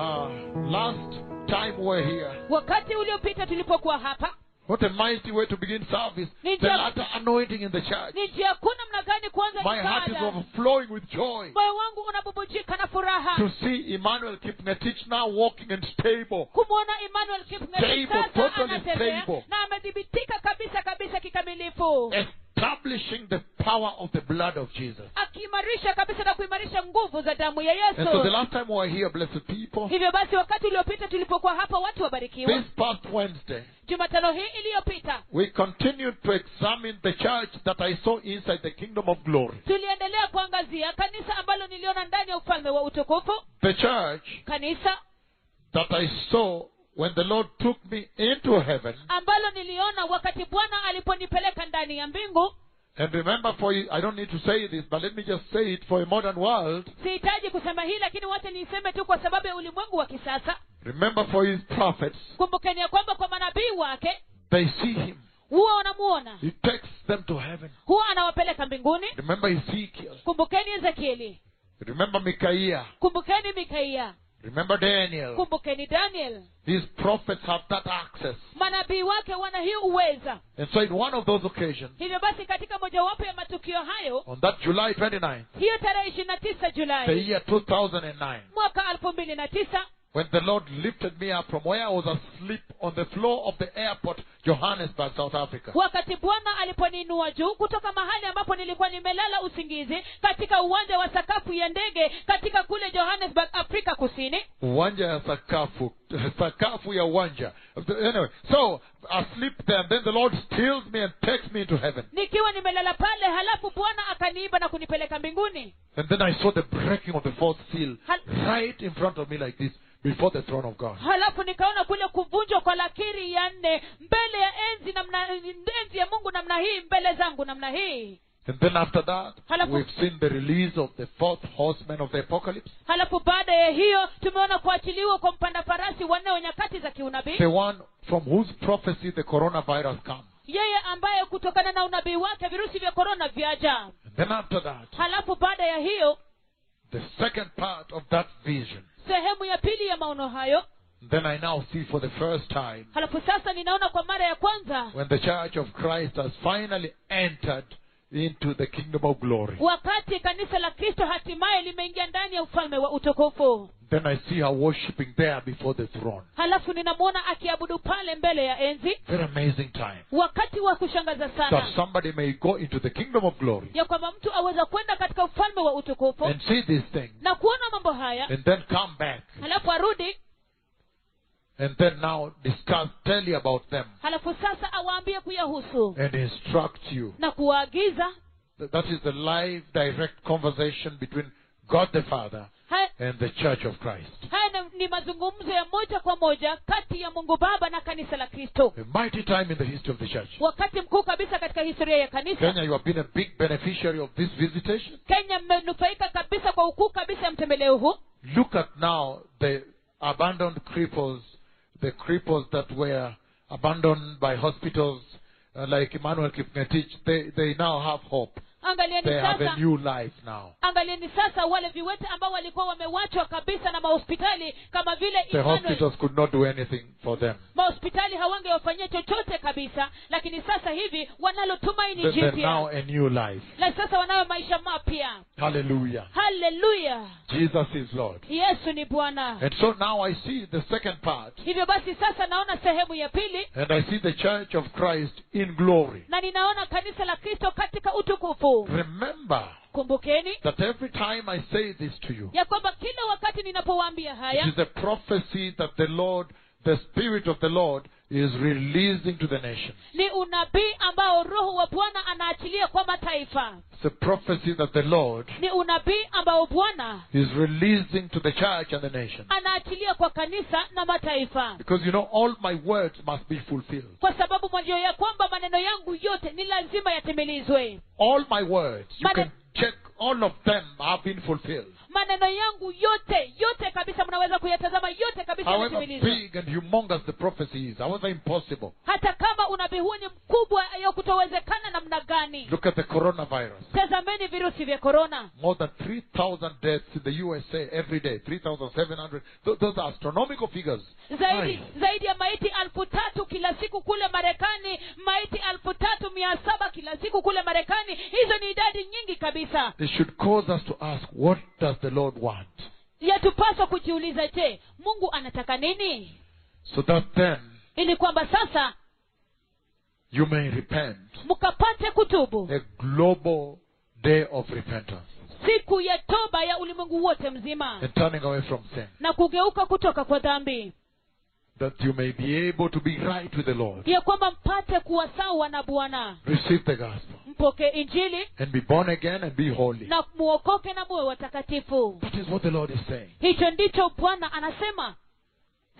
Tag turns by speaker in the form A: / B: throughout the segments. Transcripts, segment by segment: A: Ah, Last time we're here,
B: wakati uliopita tulipokuwa hapa
A: what a mighty way to begin service. The
B: Ninja-
A: latter anointing in the church.
B: ni njia kuu namna gani kuanza
A: My heart is
B: ibada
A: overflowing with joy
B: moyo wangu unabubujika na furaha
A: to see Emmanuel Kipnetich now walking and stable.
B: kumwona emmanuel Kipngetich
A: Stable,
B: sasa
A: totally
B: anatembea
A: stable.
B: na amethibitika kabisa kabisa kikamilifu
A: establishing the power of the blood of Jesus.
B: akiimarisha kabisa na kuimarisha nguvu za damu ya
A: And so the
B: yesu
A: last time we were here, blessed people,
B: hivyo basi wakati uliopita tulipokuwa hapa watu wabarikiwa
A: this past Wednesday,
B: jumatano hii iliyopita
A: we continued to examine the church that I saw inside the kingdom of glory.
B: tuliendelea kuangazia kanisa ambalo niliona ndani ya ufalme wa utukufu
A: The church
B: kanisa
A: that I saw when the Lord took me into heaven.
B: ambalo niliona wakati bwana aliponipeleka ndani ya mbingu
A: And remember, for you, I don't need to say this, but let me just say it for a modern world.
B: sihitaji kusema hii lakini wacha niiseme tu kwa sababu ya ulimwengu wa kisasa
A: Remember, for his prophets,
B: kumbukeni ya kwamba kwa manabii wake
A: they see him.
B: huwa wanamuona
A: He takes them to heaven.
B: huwa anawapeleka mbinguni
A: Remember Ezekiel.
B: kumbukeni ezekieli
A: Remember Micaiah.
B: kumbukeni mikaia
A: Remember Daniel.
B: kumbukeni daniel
A: These prophets have that access.
B: manabii wake wana hii uweza
A: And so, in one of those occasions,
B: hivyo basi katika mojawapo ya matukio hayo
A: on that July 29th,
B: hiyo tarehe ishirini na tisa
A: the
B: julai
A: year 2009,
B: mwaka elfu mbili na tisa
A: when the Lord lifted me up from where I was asleep on the floor of the airport, Johannesburg, South Africa.
B: wakati bwana aliponiinua juu kutoka mahali ambapo nilikuwa nimelala usingizi katika uwanja wa sakafu ya ndege katika kule johannesburg afrika kusini
A: uwanja ya sakafu sakafu ya uwanja anyway so asleep there and then the lord steals me and takes me into heaven
B: nikiwa nimelala pale halafu bwana akaniiba na kunipeleka mbinguni
A: and then i saw the breaking of the fourth seal
B: Hal-
A: right in front of me like this before the throne of god
B: halafu nikaona kule kuvunjwa kwa lakiri ya nne mbele ya enzi namna enzi ya mungu namna hii mbele zangu namna hii
A: and then after that
B: Halafu-
A: we've seen the release of the fourth horseman of the apocalypse
B: halafu baada ya hiyo tumeona kuachiliwa kwa mpanda farasi wanne wa nyakati za kiunabii
A: the one from whose prophecy the coronavirus comes
B: yeye ambaye kutokana na unabii wake virusi vya korona vyaja
A: and then after that
B: halafu baada ya hiyo
A: the second part of that vision
B: sehemu ya pili ya maono hayo
A: then i now see for the first time
B: halafu sasa ninaona kwa mara ya kwanza
A: when the church of Christ has finally entered into the kingdom of glory.
B: wakati kanisa la kristo hatimaye limeingia ndani ya ufalme wa utukufu
A: Then I see her worshipping there before the throne.
B: halafu ninamwona akiabudu pale mbele ya enzi
A: Very amazing time.
B: wakati wa kushangaza
A: That
B: sana
A: somebody may go into the kingdom of glory
B: ya kwamba mtu aweza kwenda katika ufalme wa utukufu
A: and see these things
B: na kuona mambo haya
A: and then come back
B: halafu arudi
A: and then now discuss, tell you about them
B: halafu sasa awaambie kuyahusu
A: and instruct you.
B: na kuwaagiza
A: Th- That is the live, direct conversation between God the Father
B: haya,
A: and the church of Christ.
B: haya na- ni mazungumzo ya moja kwa moja kati ya mungu baba na kanisa la kristo
A: A mighty time in the history of the church.
B: wakati mkuu kabisa katika historia ya kanisa
A: Kenya, you have been a big beneficiary of this visitation.
B: kenya mmenufaika kabisa kwa ukuu kabisa ya mtembeleo huu
A: look at now the abandoned cripples, the cripples that were abandoned by hospitals uh, like Emmanuel Kipngetich. They, they now have hope.
B: angalieni
A: They have a
B: sasa
A: new life now.
B: angalieni sasa wale viwete ambao walikuwa wamewachwa kabisa na mahospitali kama vile
A: The
B: Emmanuel.
A: hospitals could not do anything for them.
B: mahospitali hawangewafanyia chochote kabisa lakini sasa hivi wanalotumaini
A: They, they're now
B: jipya
A: a new life.
B: na sasa wanayo maisha mapya
A: Hallelujah.
B: haleluya
A: Jesus is Lord.
B: yesu ni bwana
A: And so now I see the second part,
B: hivyo basi sasa naona sehemu ya pili
A: and I see the church of Christ in glory.
B: na ninaona kanisa la kristo katika utukufu
A: Remember
B: kumbukeni
A: that every time I say this to you,
B: ya kwamba kila wakati ninapowaambia haya
A: It is a prophecy that the Lord, the Spirit of the Lord, is releasing to the nation.
B: ni unabii ambao roho wa bwana anaachilia kwa mataifa
A: It's a prophecy that the Lord
B: ni unabii ambao bwana
A: is releasing to the church and the nation.
B: anaachilia kwa kanisa na mataifa
A: Because you know, all my words must be fulfilled.
B: kwa sababu mwajua ya kwamba maneno yangu yote ni lazima yatimilizwe
A: All my words. You
B: Mane-
A: can check all of them have been fulfilled.
B: maneno yangu yote yote kabisa mnaweza kuyatazama yote kabisa
A: However
B: yametimilizwa
A: big and humongous the prophecy is, however impossible,
B: hata kama unabii huu ni mkubwa ya kutowezekana namna gani
A: look at the coronavirus.
B: tazameni virusi vya korona
A: More than 3,000 deaths in the USA every day, 3,700. Th- those are astronomical figures.
B: zaidi
A: Aye.
B: zaidi ya maiti elfu tatu kila siku kule marekani maiti elfu tatu mia saba kila siku kule marekani hizo ni idadi nyingi kabisa
A: It should cause us to ask, what does the Lord want?
B: yatupaswa kujiuliza je mungu anataka nini
A: So that then
B: ili kwamba sasa
A: you may repent.
B: mkapate kutubu
A: A global day of repentance
B: siku ya toba ya ulimwengu wote mzima
A: and turning away from sin.
B: na kugeuka kutoka kwa dhambi
A: That you may be able to be right with the Lord.
B: ya kwamba mpate kuwa sawa na bwana
A: Receive the gospel
B: mpokee injili
A: and be born again and be holy.
B: na muokoke na muwe watakatifu
A: That is what the Lord is saying.
B: hicho ndicho bwana anasema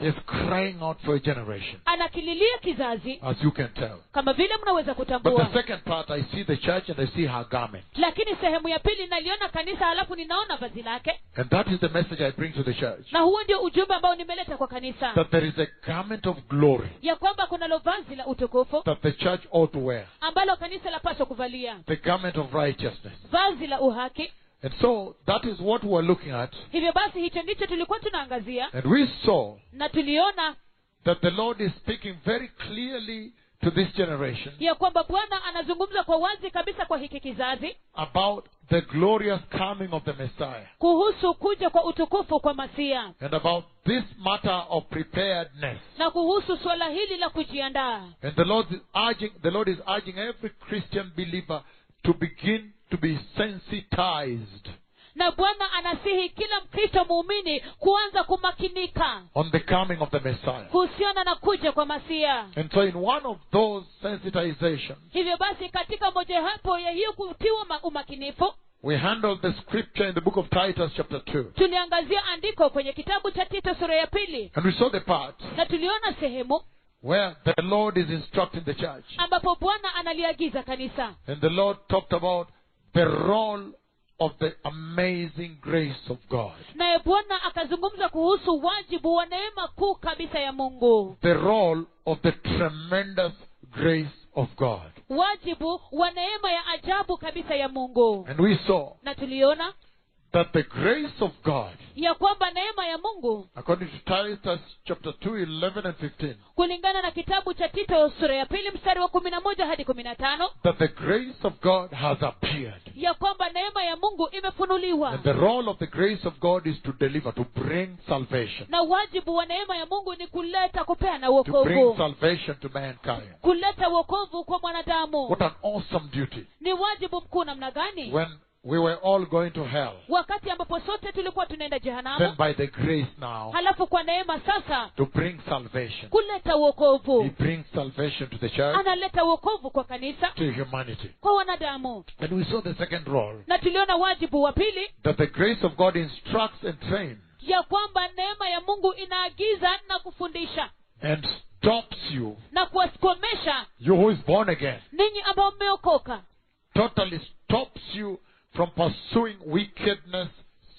A: He is crying out for a generation,
B: anakililia kizazi
A: as you can tell.
B: kama vile mnaweza
A: But the
B: kutambua
A: second part, I see the church and I see her garment.
B: lakini sehemu ya pili naliona kanisa halafu ninaona vazi lake
A: And that is the message I bring to the church.
B: na huo ndio ujumbe ambao nimeleta kwa kanisa
A: That there is a garment of glory
B: ya kwamba kunalo vazi la utukufu
A: that the church ought to wear,
B: ambalo kanisa lapaswa kuvalia
A: the garment of righteousness.
B: vazi la uhaki
A: And so that is what we're looking at.
B: hivyo basi hicho ndicho tulikuwa tunaangazia
A: And we saw
B: na tuliona
A: that the Lord is speaking very clearly to this generation
B: ya kwamba bwana anazungumza kwa wazi kabisa kwa hiki kizazi
A: about the glorious coming of the Messiah
B: kuhusu kuja kwa utukufu kwa masia
A: and about this matter of preparedness.
B: na kuhusu suala hili la kujiandaa
A: And the Lord is urging the Lord is urging every Christian believer to begin to be sensitized
B: na bwana anasihi kila mkristo muumini kuanza kumakinika
A: on the coming of the Messiah.
B: kuhusiana na kuja kwa masia
A: And so in one of those sensitizations,
B: hivyo basi katika mojawapo ya hiyo kutiwa ma- umakinifu
A: we handled the scripture in the book of Titus chapter 2.
B: tuliangazia andiko kwenye kitabu cha tito sura ya pili
A: And we saw the part
B: na tuliona sehemu
A: where the Lord is instructing the church.
B: ambapo bwana analiagiza kanisa
A: And the Lord talked about the role of the amazing grace of God.
B: naye bwana akazungumza kuhusu wajibu wa neema kuu kabisa ya mungu
A: The role of the tremendous grace of God.
B: wajibu wa neema ya ajabu kabisa ya mungu
A: And we saw
B: na tuliona
A: that the grace of God,
B: ya kwamba neema ya mungu
A: according to Titus chapter 2, 11 and 15,
B: kulingana na kitabu cha tito sura ya pili mstari wa kumi na moja hadi kumi na tano
A: that the grace of God has appeared.
B: ya kwamba neema ya mungu imefunuliwa
A: And the role of the grace of God is to deliver, to bring salvation.
B: na wajibu wa neema ya mungu ni kuleta kupea na
A: To bring
B: uokovu
A: salvation to mankind.
B: kuleta uokovu kwa mwanadamu
A: What an awesome duty.
B: ni wajibu mkuu namna gani
A: When we were all going to hell,
B: wakati ambapo sote tulikuwa tunaenda
A: then
B: jehanamu
A: by the grace now,
B: halafu kwa neema sasa
A: to bring salvation.
B: kuleta
A: He
B: uokovu
A: brings salvation to the church,
B: analeta uokovu kwa kanisa
A: to humanity.
B: kwa wanadamu
A: And we saw the second role
B: na tuliona wajibu wa pili
A: that the grace of God instructs and trains
B: ya kwamba neema ya mungu inaagiza na kufundisha
A: and stops you,
B: na kuwakomesha
A: you who is born again,
B: ninyi ambao mmeokoka
A: totally stops you from pursuing wickedness,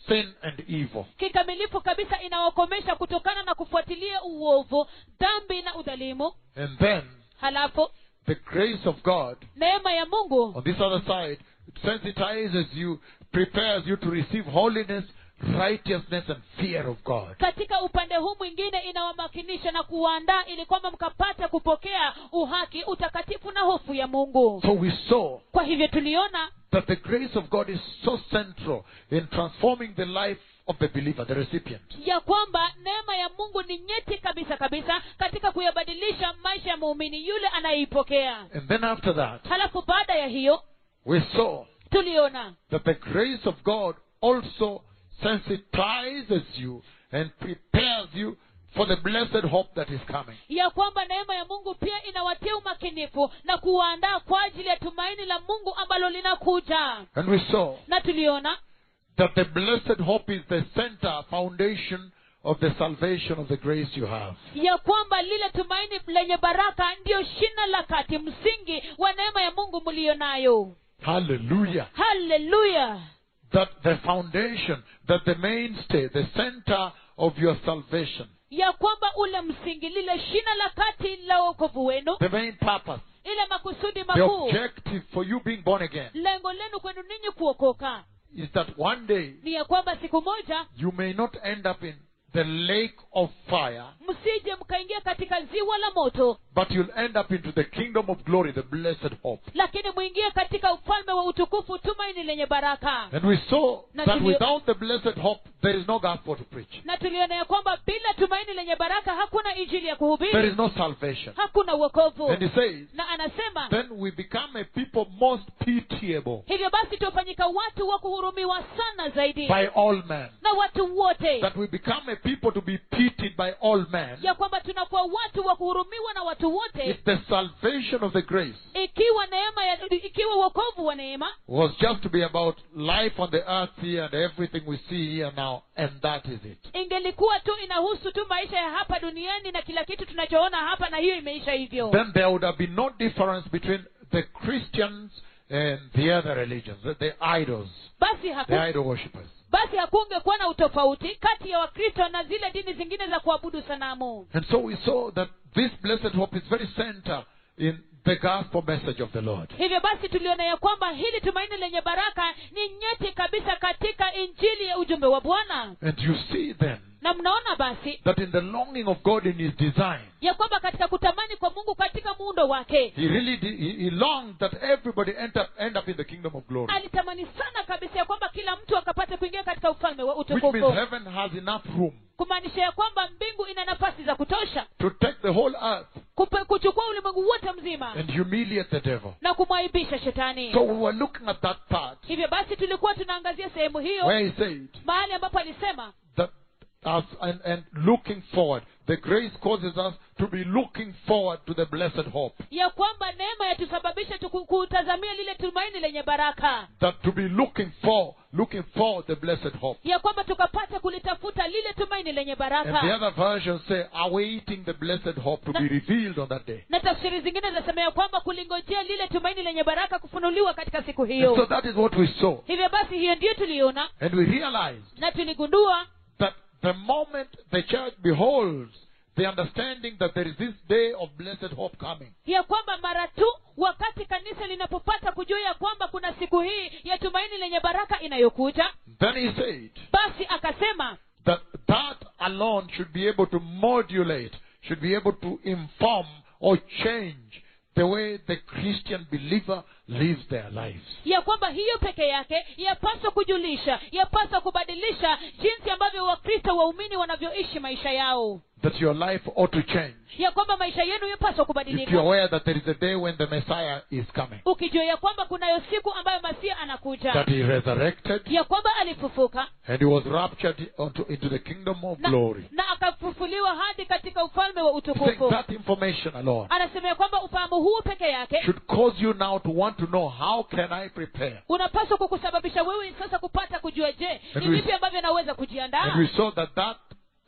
A: sin, and evil.
B: kikamilifu kabisa inawakomesha kutokana na kufuatilia uovu dhambi na udhalimu
A: And then
B: halafu
A: the grace of God
B: neema ya mungu
A: on this other side sensitizes you, prepares you to receive holiness, righteousness, and fear of God.
B: katika upande huu mwingine inawamakinisha na kuwaandaa ili kwamba mkapata kupokea uhaki utakatifu na hofu ya mungu
A: So we saw
B: kwa hivyo tuliona
A: that the grace of God is so central in transforming the life of the believer, the recipient.
B: ya kwamba neema ya mungu ni nyeti kabisa kabisa katika kuyabadilisha maisha ya muumini yule anayeipokea
A: And then after that,
B: halafu baada ya hiyo
A: we saw
B: tuliona
A: that the grace of God also sensitizes you and prepares you for the blessed hope that is coming.
B: ya kwamba neema ya mungu pia inawatia umakinifu na kuwaandaa kwa ajili ya tumaini la mungu ambalo linakuja
A: And we saw
B: na tuliona
A: that the blessed hope is the center, foundation of the salvation of the grace you have.
B: ya kwamba lile tumaini lenye baraka ndiyo shina la kati msingi wa neema ya mungu mliyo nayo
A: Hallelujah.
B: hallelujah
A: That the foundation, that the mainstay, the center of your salvation,
B: ya kwamba ule msingi lile shina la kati la wokovu wenu
A: the main purpose,
B: ile makusudi
A: the
B: makuu
A: objective for you being born again
B: lengo lenu kwenu ninyi kuokoka
A: is that one day
B: ni ya kwamba siku moja
A: you may not end up in the lake of fire,
B: msije mkaingia katika ziwa la moto
A: but you'll end up into the kingdom of glory, the blessed hope.
B: lakini mwingie katika ufalme wa utukufu tumaini lenye baraka
A: And we saw
B: Na
A: that
B: tulio-
A: without the blessed hope, there is no gospel to preach.
B: na tuliona ya kwamba bila tumaini lenye baraka hakuna injili ya
A: There
B: kuhubiri
A: is no salvation.
B: hakuna uokovu
A: And he says,
B: na anasema
A: then we become a people most pitiable
B: hivyo basi tuwafanyika watu wa kuhurumiwa sana zaidi
A: by all men.
B: na watu wote
A: That we become a people to be pitied by all men.
B: ya kwamba tunakuwa watu wa kuhurumiwa na watu
A: If
B: wote
A: the salvation of the grace
B: ikiwa neema ya, ikiwa uokovu wa neema
A: was just to be about life on the earth here and everything we see here now, and that is it.
B: ingelikuwa tu inahusu tu maisha ya hapa duniani na kila kitu tunachoona hapa na hiyo imeisha hivyo
A: Then there would have been no difference between the Christians and the other religions, the, the idols,
B: basi haku,
A: the idol worshippers.
B: basi hakungekuwa na utofauti kati ya wakristo na zile dini zingine za kuabudu sanamu
A: And so we saw that this blessed hope is very center in the gospel message of the Lord.
B: hivyo basi tuliona ya kwamba hili tumaini lenye baraka ni nyeti kabisa katika injili ya ujumbe wa bwana
A: And you see then
B: na mnaona basi
A: that in the longing of God in His design,
B: ya kwamba katika kutamani kwa mungu katika muundo wake
A: He really did, he, he longed that everybody end up, end up in the kingdom of glory.
B: alitamani sana kabisa ya kwamba kila mtu akapate kuingia katika ufalme wa
A: Which means
B: utukufu
A: heaven has enough room
B: kumaanisha ya kwamba mbingu ina nafasi za kutosha
A: to take the whole earth
B: kupe- kuchukua ulimwengu wote mzima
A: and humiliate the devil.
B: na kumwaibisha shetani
A: So we were looking at that part
B: hivyo basi tulikuwa tunaangazia sehemu hiyo
A: where he said
B: mahali ambapo alisema
A: that us and, and looking forward, the grace causes us to be looking forward to the blessed hope.
B: ya kwamba neema yatusababisha tuku- kutazamia lile tumaini lenye baraka
A: That to be looking for, looking for the blessed hope.
B: ya kwamba tukapata kulitafuta lile tumaini lenye
A: And the
B: baraka
A: other versions say, awaiting the blessed hope to be revealed on that day.
B: na tafsiri zingine zinasema ya kwamba kulingojea lile tumaini lenye baraka kufunuliwa katika siku
A: And so
B: hiyo
A: that is what we saw.
B: hivyo basi hiyo ndiyo tuliona
A: And we realized
B: na tuligundua
A: that the moment the church beholds the understanding that there is this day of blessed hope coming,
B: ya kwamba mara tu wakati kanisa linapopata kujua ya kwamba kuna siku hii ya tumaini lenye baraka inayokuja
A: then he said
B: basi akasema
A: that that alone should be able to modulate, should be able to inform or change the way the Christian believer lives their lives.
B: ya kwamba hiyo peke yake yapaswa kujulisha yapaswa kubadilisha jinsi ambavyo wakristo waumini wanavyoishi maisha yao
A: That your life ought to change.
B: ya kwamba maisha yenu yapaswa
A: If you're
B: kubadilika
A: aware that there is a day when the Messiah is coming,
B: ukijua ya kwamba kunayo siku ambayo masia anakuja
A: that he resurrected
B: ya kwamba alifufuka
A: and he was raptured onto, into the kingdom of
B: na,
A: glory.
B: na akafufuliwa hadi katika ufalme wa
A: He said
B: utukufu
A: that information alone
B: anasema ya kwamba ufahamu huu peke yake
A: should cause you now to want to know how can I prepare.
B: unapaswa kukusababisha wewe sasa kupata kujua je ni
A: And we-
B: vipi ambavyo naweza kujiandaa
A: And we saw that that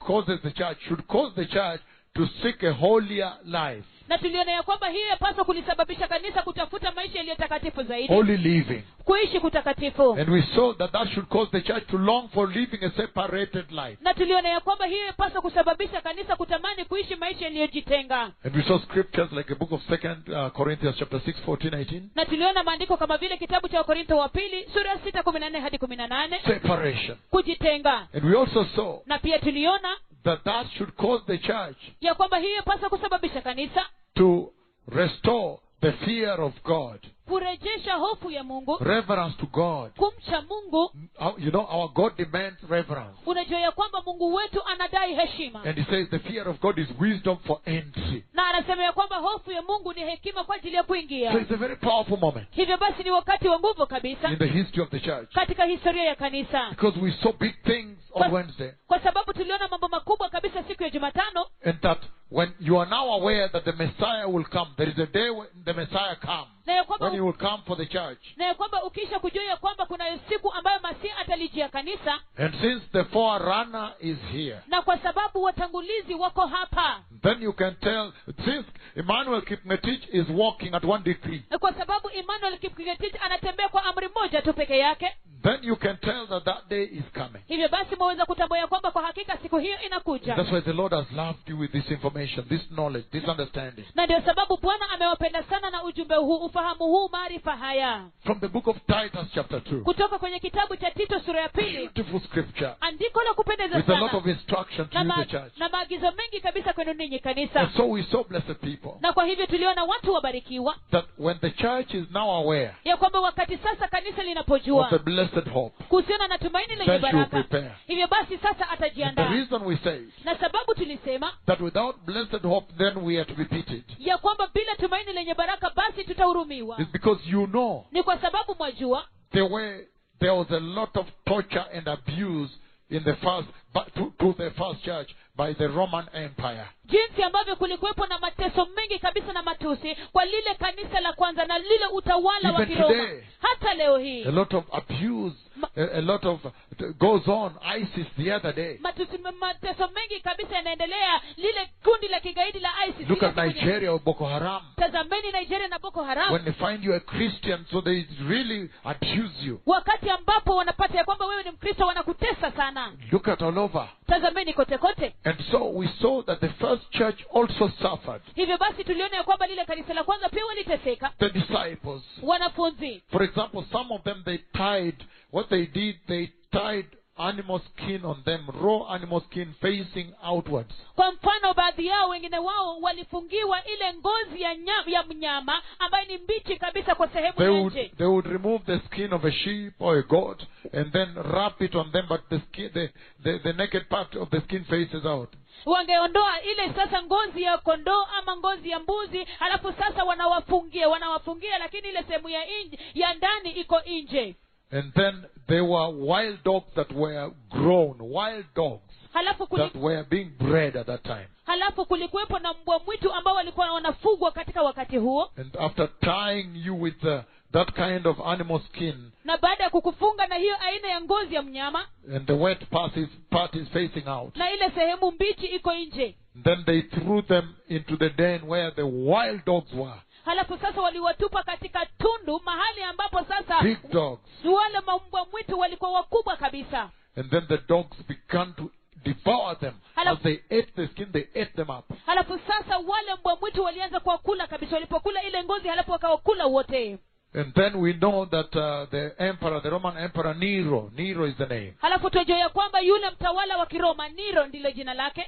A: causes the church, should cause the church to seek a holier life,
B: na tuliona ya kwamba hiyo yapaswa kulisababisha kanisa kutafuta maisha yaliyo takatifu zaidi
A: holy living.
B: kuishi kutakatifu
A: And we saw that that should cause the church to long for living a separated life.
B: na tuliona ya kwamba hiyo yapaswa kusababisha kanisa kutamani kuishi maisha yaliyojitenga
A: And we saw scriptures like the book of Second uh, Corinthians chapter 6, 14, 18.
B: na tuliona maandiko kama vile kitabu cha wakorintho wa pili sura ya sita kumi na nne hadi kumi na nane
A: Separation.
B: kujitenga
A: And we also saw
B: na pia tuliona
A: that that should cause the church
B: ya kwamba hiyo yapaswa kusababisha kanisa
A: to restore the fear of God,
B: kurejesha hofu ya mungu
A: reverence to God.
B: kumcha mungu
A: Our- You know, our God demands reverence.
B: unajua ya kwamba mungu wetu anadai heshima
A: And he says the fear of God is wisdom for entry.
B: na anasema ya kwamba hofu ya mungu ni hekima kwa ajili ya
A: So
B: kuingia
A: it's a very powerful moment
B: hivyo basi ni wakati wa nguvu kabisa
A: in the history of the church
B: katika historia ya kanisa
A: because we saw big things on
B: Kwa-
A: Wednesday.
B: kwa sababu tuliona mambo makubwa kabisa siku ya jumatano
A: And that when you are now aware that the Messiah will come, there is a day when the Messiah comes.
B: na na ya kwamba
A: when you will come for the church.
B: na ya kwamba ukisha kujua ya kwamba kuna siku ambayo masihi atalijia kanisa
A: And since the forerunner is here,
B: na kwa sababu watangulizi wako hapa
A: then you can tell, since Emmanuel Kipmetich is walking at one degree,
B: na kwa sababu emmanuel kipketich anatembea kwa amri moja tu peke yake
A: then you can tell that that day is coming.
B: hivyo basi mwaweza kutambua ya kwamba kwa hakika siku hiyo inakuja
A: That's why the Lord has loved you with this information, this knowledge, this understanding.
B: na ndio sababu bwana amewapenda sana na ujumbe huu ufahamu huu maarifa haya
A: From the book of Titus, chapter 2.
B: kutoka kwenye kitabu cha tito sura ya pili
A: Beautiful scripture
B: andiko la kupendeza
A: with a lot
B: sana
A: of instruction to
B: na,
A: you,
B: ma-
A: the church.
B: na maagizo mengi kabisa kwenu ninyi
A: And
B: kanisa
A: so we so blessed people
B: na kwa hivyo tuliona watu wabarikiwa
A: that when the church is now aware
B: ya kwamba wakati sasa kanisa
A: of the
B: linapojua
A: blessed hope,
B: kuhusiana na tumaini lenye
A: Then she will
B: baraka
A: prepare.
B: hivyo basi sasa
A: and the
B: atajiandaa
A: reason we say
B: na sababu tulisema
A: that without blessed hope, then we are to be pitied
B: ya kwamba bila tumaini lenye baraka basi tutahurumiwa
A: is because you know
B: ni kwa sababu mwajua
A: the way there was a lot of torture and abuse in the first but to, to the first church by the Roman Empire.
B: jinsi ambavyo kulikuwepo na mateso mengi kabisa na matusi kwa lile kanisa la kwanza na lile utawala wa
A: Even
B: kiroma
A: today.
B: hata leo
A: A
B: hii
A: lot of abuse,
B: Ma-
A: a, a lot of uh, goes on. ISIS the other day.
B: matusi, mateso mengi kabisa yanaendelea lile kundi la kigaidi la ISIS
A: Look
B: lile
A: at
B: kundi-
A: Nigeria or Boko Haram.
B: tazameni nigeria na boko haram
A: When they find you a Christian, so they really abuse you.
B: wakati ambapo wanapata ya kwamba wewe ni mkristo wanakutesa sana
A: Look at all over.
B: tazameni kote kote
A: And so we saw that the first church also suffered.
B: hivyo basi tuliona ya kwamba lile kanisa la kwanza pia waliteseka
A: The disciples.
B: wanafunzi
A: For example, some of them they tied what they did, they tied animal skin on them, raw animal skin facing outwards.
B: kwa mfano baadhi yao wengine wao walifungiwa ile ngozi ya, nyam, ya mnyama ambayo ni mbichi kabisa kwa sehemu
A: They
B: ya
A: would
B: nje
A: they would remove the skin of a sheep or a goat and then wrap it on them, but the skin the, the, the naked part of the skin faces out.
B: wangeondoa ile sasa ngozi ya kondoo ama ngozi ya mbuzi alafu sasa wanawafungia wanawafungia lakini ile sehemu ya nje ya ndani iko nje
A: And then there were wild dogs that were grown, wild dogs
B: halafu
A: that
B: kuliku,
A: were being bred at that time.
B: halafu kulikuwepo na mbwa mwitu ambao walikuwa wanafugwa katika wakati huo
A: And after tying you with uh, that kind of animal skin,
B: na baada ya kukufunga na hiyo aina ya ngozi ya mnyama
A: and the wet part is, part is facing out,
B: na ile sehemu mbichi iko nje
A: Then they threw them into the den where the wild dogs were,
B: halafu sasa waliwatupa katika tundu mahali ambapo sasa
A: big dogs.
B: wale maumbwa mwitu walikuwa wakubwa kabisa
A: And then the dogs began to devour them.
B: Hello.
A: As they ate the skin, they ate them up.
B: halafu sasa wale mbwa mwitu walianza kuwakula kabisa walipokula ile ngozi halafu wakawakula wote
A: And then we know that uh, the emperor, the Roman emperor Nero, Nero is the name,
B: halafu tunajua ya kwamba yule mtawala wa kiroma niro ndilo jina lake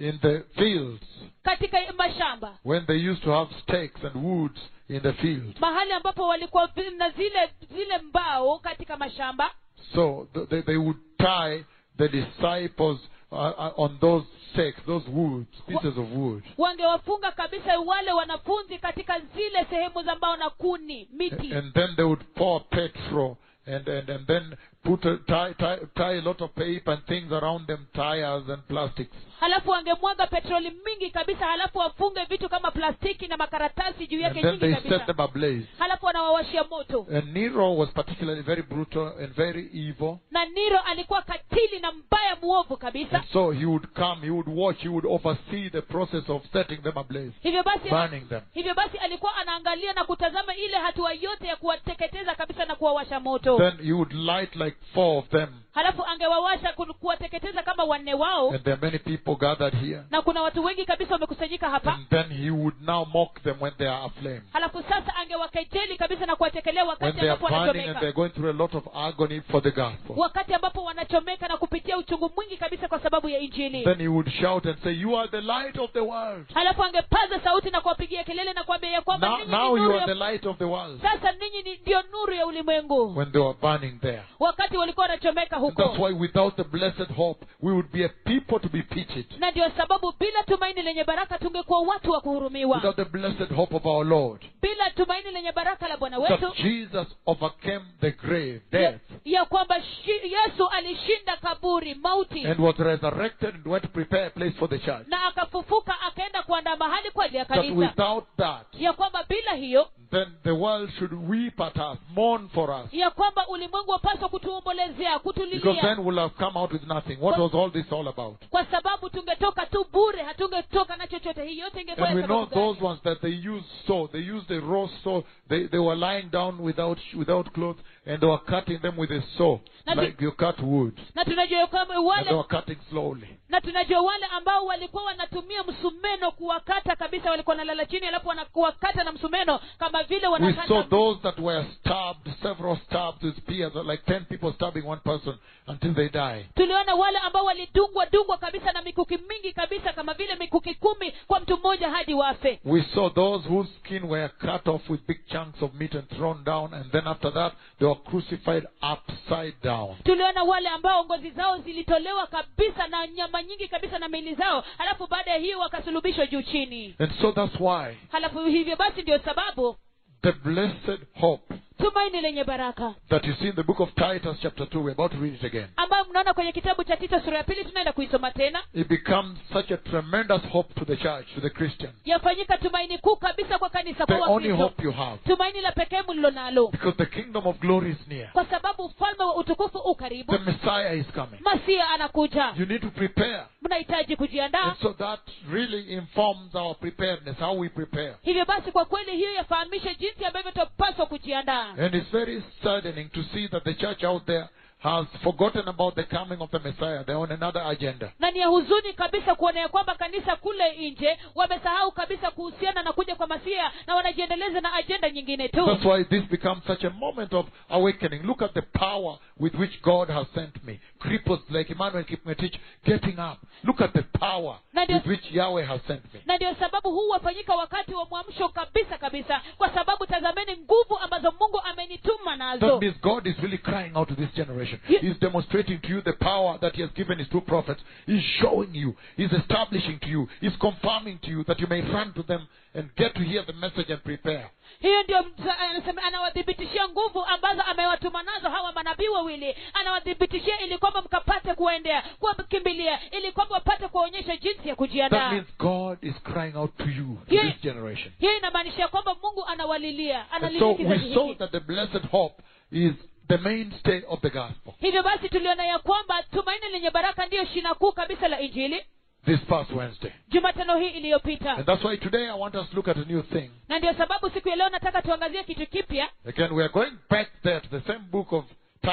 A: in the fields,
B: katika mashamba
A: when they used to have stakes and woods in the field.
B: mahali ambapo walikuwa vi- na zile zile mbao katika mashamba
A: So th- they, they would tie the disciples uh, uh, on those stakes, those woods, pieces of wood.
B: wangewafunga kabisa wale wanafunzi katika zile sehemu za mbao na kuni miti
A: and then they would pour petrol and, and, and then put a, tie, tie, tie a lot of paper and things around them, tires and plastics.
B: halafu wangemwaga petroli mingi kabisa halafu wafunge vitu kama plastiki na makaratasi juu
A: And
B: yake
A: then
B: nyingi
A: they set
B: kabisa
A: them ablaze.
B: halafu wanawawashia moto
A: And Nero was particularly very brutal and very evil.
B: na niro alikuwa katili na mbaya mwovu
A: And
B: kabisa
A: so he would come, he would watch, he would oversee the process of setting them ablaze,
B: hivyo basi
A: burning them.
B: hivyo basi alikuwa anaangalia na kutazama ile hatua yote ya kuwateketeza kabisa na kuwawasha moto
A: Then he would light like four of them.
B: halafu angewawasha ku- kuwateketeza kama wanne wao
A: And there are many people gathered here.
B: na kuna watu wengi kabisa wamekusanyika hapa
A: And then he would now mock them when they are aflame.
B: halafu sasa angewakejeli kabisa na kuwatekelea
A: When
B: wakati
A: they are
B: ambapo
A: burning and they are
B: wanachomeka
A: going through a lot of agony for the gospel.
B: wakati ambapo wanachomeka na kupitia uchungu mwingi kabisa kwa sababu ya injili
A: Then he would shout and say, You are the light of the world.
B: halafu angepaza sauti na kuwapigia kelele na kuambia ya kwamba
A: Now,
B: ninyi ni
A: now you
B: nuru
A: are
B: ya-
A: the light of the world.
B: sasa ninyi ni- ndiyo nuru ya ulimwengu
A: When they were burning there.
B: wakati walikuwa wanachomeka
A: And that's
B: huko
A: why without the blessed hope, we would be a people to be pitied.
B: na ndio sababu bila tumaini lenye baraka tungekuwa watu wa kuhurumiwa
A: Without the blessed hope of our Lord.
B: bila tumaini lenye baraka la bwana
A: That
B: wetu
A: Jesus overcame the grave,
B: ya,
A: death,
B: ya kwamba shi- yesu alishinda kaburi mauti
A: and was resurrected and went to prepare a place for the church.
B: na akafufuka akaenda kuandaa mahali kwa ajili ya
A: That
B: kanisa
A: without that,
B: ya kwamba bila hiyo
A: then the world should weep at us, mourn for us.
B: ya kwamba ulimwengu wapaswa kutuombolezea
A: Because
B: kutulilia
A: then we'll have come out with nothing. What was all this all about?
B: kwa sababu tungetoka tu bure hatungetoka na chochote hii yote ingekuwa
A: And
B: ya
A: we know
B: sababu
A: those
B: gani?
A: ones that they used so they used a raw saw. They they were lying down without without clothes, and they were cutting them with a saw,
B: Na
A: like you cut wood.
B: na tunajua ya kwamba
A: And they
B: wale
A: were cutting slowly.
B: na tunajua wale ambao walikuwa wanatumia msumeno kuwakata kabisa walikuwa wanalala chini alafu wanakuwakata na msumeno kama vile
A: We saw
B: wanakata
A: those that were stabbed, several stabbed with spears, like ten people stabbing one person until they die.
B: tuliona wale ambao walidungwa dungwa kabisa na mikuki mingi kabisa kama vile mikuki kumi kwa mtu mmoja hadi wafe
A: We saw those whose skin were cut off with big chunks of meat and thrown down, and then after that they were crucified upside down.
B: tuliona wale ambao ngozi zao zilitolewa kabisa na nyama nyingi kabisa na miili zao halafu baada ya hiyo wakasulubishwa juu chini
A: And so that's why
B: halafu hivyo basi ndio sababu
A: the blessed hope
B: tumaini lenye baraka
A: that you see in the book of Titus, chapter 2, we're about to read it again.
B: ambayo mnaona kwenye kitabu cha tito sura ya pili tunaenda kuisoma tena
A: It becomes such a tremendous hope to the church, to the Christian.
B: yafanyika tumaini kuu kabisa kwa kanisa
A: The
B: kwa
A: only
B: Wakristo.
A: hope you have.
B: tumaini la pekee mlilo nalo
A: Because the kingdom of glory is near.
B: kwa sababu ufalme wa utukufu u karibu
A: The Messiah is coming.
B: masia anakuja
A: You need to prepare.
B: mnahitaji
A: And
B: kujiandaa
A: so that really informs our preparedness, how we prepare.
B: hivyo basi kwa kweli hiyo yafahamishe jinsi ambavyo tupaswa kujiandaa
A: And it's very saddening to see that the church out there has forgotten about the coming of the Messiah. They're on another agenda.
B: na ni ya huzuni kabisa kuona ya kwamba kanisa kule nje wamesahau kabisa kuhusiana na kuja kwa masia na wanajiendeleza na ajenda nyingine tu
A: That's why this becomes such a moment of awakening. Look at the power with which God has sent me. Cripples like Emmanuel Kipmetich getting up. Look at the power
B: Na ndio-
A: with which Yahweh has sent me.
B: na ndio sababu huu wafanyika wakati wa mwamsho kabisa kabisa kwa sababu tazameni nguvu ambazo mungu amenituma nazo
A: That means God is really crying out to this generation. He's demonstrating to you the power that He has given His two prophets. He's showing you, He's establishing to you, He's confirming to you that you may run to them and get to hear the message and prepare.
B: hiyo ndio mtu- anasema anawathibitishia nguvu ambazo amewatuma nazo hawa manabii wawili anawathibitishia ili kwamba mkapate kuwaendea kuwakimbilia ili kwamba wapate kuwaonyesha jinsi ya
A: That
B: kujiandaa
A: means God is crying out to you, to
B: Yeah.
A: this generation.
B: hiyo inamaanisha kwamba mungu anawalilia
A: And so
B: analilia kizazi
A: we saw
B: hiki
A: that the blessed hope is the mainstay of the gospel.
B: hivyo basi tuliona ya kwamba tumaini lenye baraka ndiyo shina kuu kabisa la injili
A: This past Wednesday.
B: jumatano hii
A: And
B: iliyopita
A: that's why today I want us to look at a new thing.
B: na ndio sababu siku ya leo nataka tuangazie kitu kipya
A: Again, we are going back there to the same book of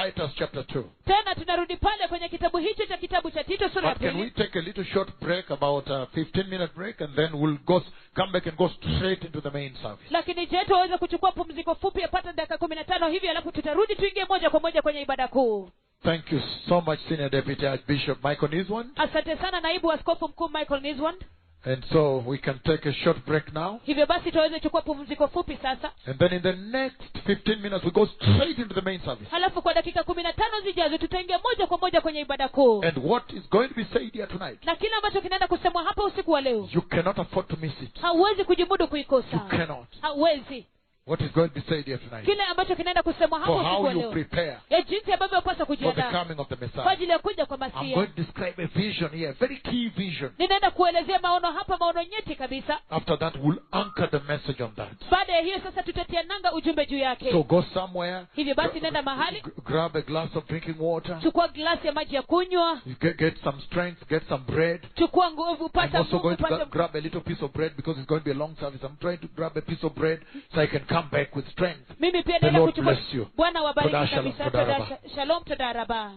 A: Titus chapter 2.
B: tena tunarudi pale kwenye kitabu hicho cha kitabu cha tito sura ya
A: But can
B: pili
A: we take a little short break, about a 15 minute break, and then we'll go, come back and go straight into the main service.
B: lakini je tuwaweza kuchukua pumziko fupi yapata dakika kumi na tano hivi alafu tutarudi tuingie moja kwa moja kwenye ibada kuu
A: Thank you so much, Senior Deputy Archbishop Michael Niswan.
B: asante sana naibu askofu mkuu michael niswand
A: And so we can take a short break now.
B: hivyo basi tuwaweza kuchukua pumziko fupi sasa
A: And then in the next 15 minutes, we go straight into the main service.
B: halafu kwa dakika kumi na tano zijazo tutaingia moja kwa moja kwenye ibada kuu
A: And what is going to be said here tonight,
B: na kile ambacho kinaenda kusemwa hapa usiku wa leo
A: you cannot afford to miss it.
B: hauwezi kujimudu
A: You
B: kuikosa
A: cannot.
B: hauwezi
A: What is going to be said here tonight?
B: kile ambacho kinaenda kusemwa hapa
A: For
B: usiku
A: how
B: wa
A: you
B: leo
A: prepare
B: ya jinsi ambavyo wapaswa
A: for the
B: kujiandaa
A: coming of the
B: kwa
A: Messiah.
B: ajili ya kuja kwa
A: I'm
B: masia
A: going to describe a vision here, a very key vision.
B: ninaenda kuelezea maono hapa maono nyeti kabisa
A: After that, we'll anchor the message on that.
B: baada ya hiyo sasa tutatia nanga ujumbe juu yake
A: So go somewhere,
B: hivyo basi nenda mahali
A: g- grab a glass of drinking water,
B: chukua glasi ya maji ya kunywa
A: you get, get some strength, get some bread.
B: chukua nguvu
A: I'm
B: pata
A: also
B: nguvu
A: going to gra-
B: pata
A: grab a little piece of bread because it's going to be a long service. I'm trying to grab a piece of bread so I can come back with strength.
B: mimi pia
A: The
B: naenda
A: Lord
B: kuchukua
A: bless you.
B: bwana
A: Todaa
B: wabariki
A: shalom,
B: kabisa
A: todaa
B: Todaa
A: raba.
B: sha- shalom todaraba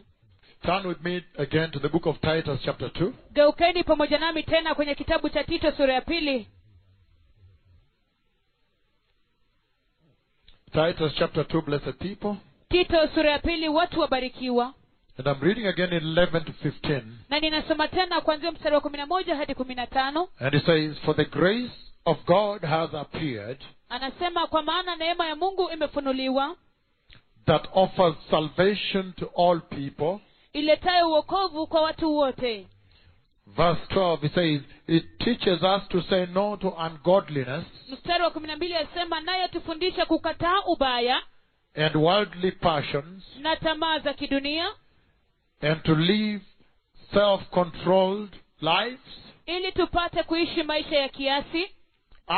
A: Turn with me again to the book of Titus, chapter 2.
B: geukeni pamoja nami tena kwenye kitabu cha tito sura ya pili
A: Titus chapter 2, blessed people.
B: tito sura ya pili watu wabarikiwa
A: And I'm reading again 11 to 15.
B: na ninasoma tena kuanzia mstari wa kumi na moja hadi kumi na tano
A: And it says, For the grace of God has appeared
B: anasema kwa maana neema ya mungu imefunuliwa
A: that offers salvation to all people.
B: iletayo uokovu kwa watu wote
A: Verse 12, it says, It teaches us to say no to ungodliness
B: mstari wa kumi na mbili asema naye tufundisha kukataa ubaya
A: and worldly passions
B: na tamaa za kidunia
A: and to live self controlled lives
B: ili tupate kuishi maisha ya kiasi